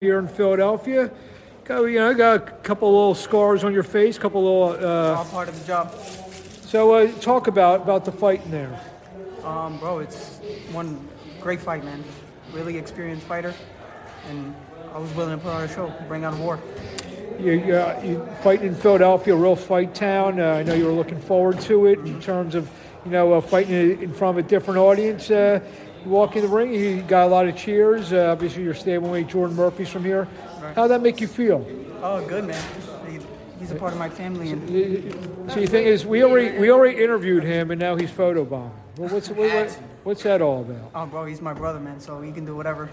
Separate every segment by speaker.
Speaker 1: here in Philadelphia. Got, you know, got a couple little scars on your face, couple little. Uh,
Speaker 2: All part of the job.
Speaker 1: so uh, talk about about the fight in there.
Speaker 2: Um, bro, it's one great fight, man. Really experienced fighter, and I was willing to put on a show, bring on war.
Speaker 1: You, you, uh, you fighting in Philadelphia, a real fight town. Uh, I know you were looking forward to it in terms of you know uh, fighting in- in front of a different audience. Uh, you walk in the ring, you got a lot of cheers. Uh, obviously, your stablemate Jordan Murphy's from here. How'd that make you feel?
Speaker 2: Oh, good, man. He, he's a part of my family, and
Speaker 1: See, the thing is, we already we already interviewed him, and now he's photobombed. Well, what's what, what, what's that all about?
Speaker 2: oh, bro, he's my brother, man. So he can do whatever.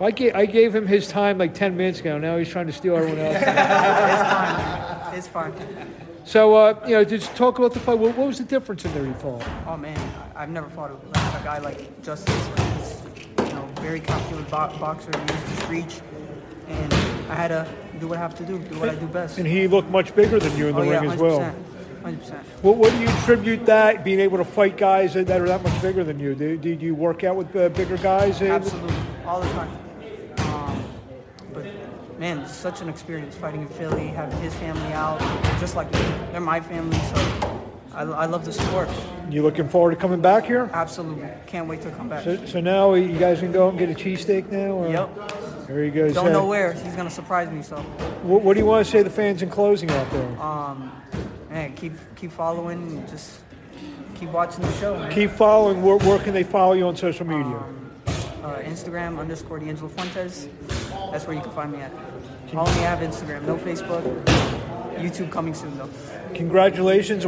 Speaker 1: I gave, I gave him his time like 10 minutes ago. Now he's trying to steal everyone else.
Speaker 2: It's fine. It's fine.
Speaker 1: so, uh, you know, just talk about the fight. What, what was the difference in there, you thought?
Speaker 2: Oh man, I, I've never fought a, like, a guy like Justice. He's, you know, very calculated bo- boxer. He used his reach, and I had to do what I have to do, do what I do best.
Speaker 1: And he looked much bigger than you in the
Speaker 2: oh yeah,
Speaker 1: ring as well.
Speaker 2: 100%.
Speaker 1: What, what do you attribute that, being able to fight guys that are that much bigger than you? Do, do you work out with uh, bigger guys?
Speaker 2: Absolutely, all the time. Um, but man, such an experience fighting in Philly, having his family out, just like me. They're my family, so I, I love the sport.
Speaker 1: You looking forward to coming back here? Uh,
Speaker 2: Absolutely, can't wait to come back.
Speaker 1: So, so now you guys can go out and get a cheesesteak now? Or?
Speaker 2: Yep.
Speaker 1: There he goes.
Speaker 2: Don't know where he's gonna surprise me. So,
Speaker 1: What, what do you want to say to the fans in closing out there?
Speaker 2: Uh, man, keep keep following, and just keep watching the show, man.
Speaker 1: Keep following. Where, where can they follow you on social media?
Speaker 2: Uh, Instagram underscore D'Angelo Fuentes. That's where you can find me at. I only have Instagram, no Facebook. YouTube coming soon though.
Speaker 1: Congratulations.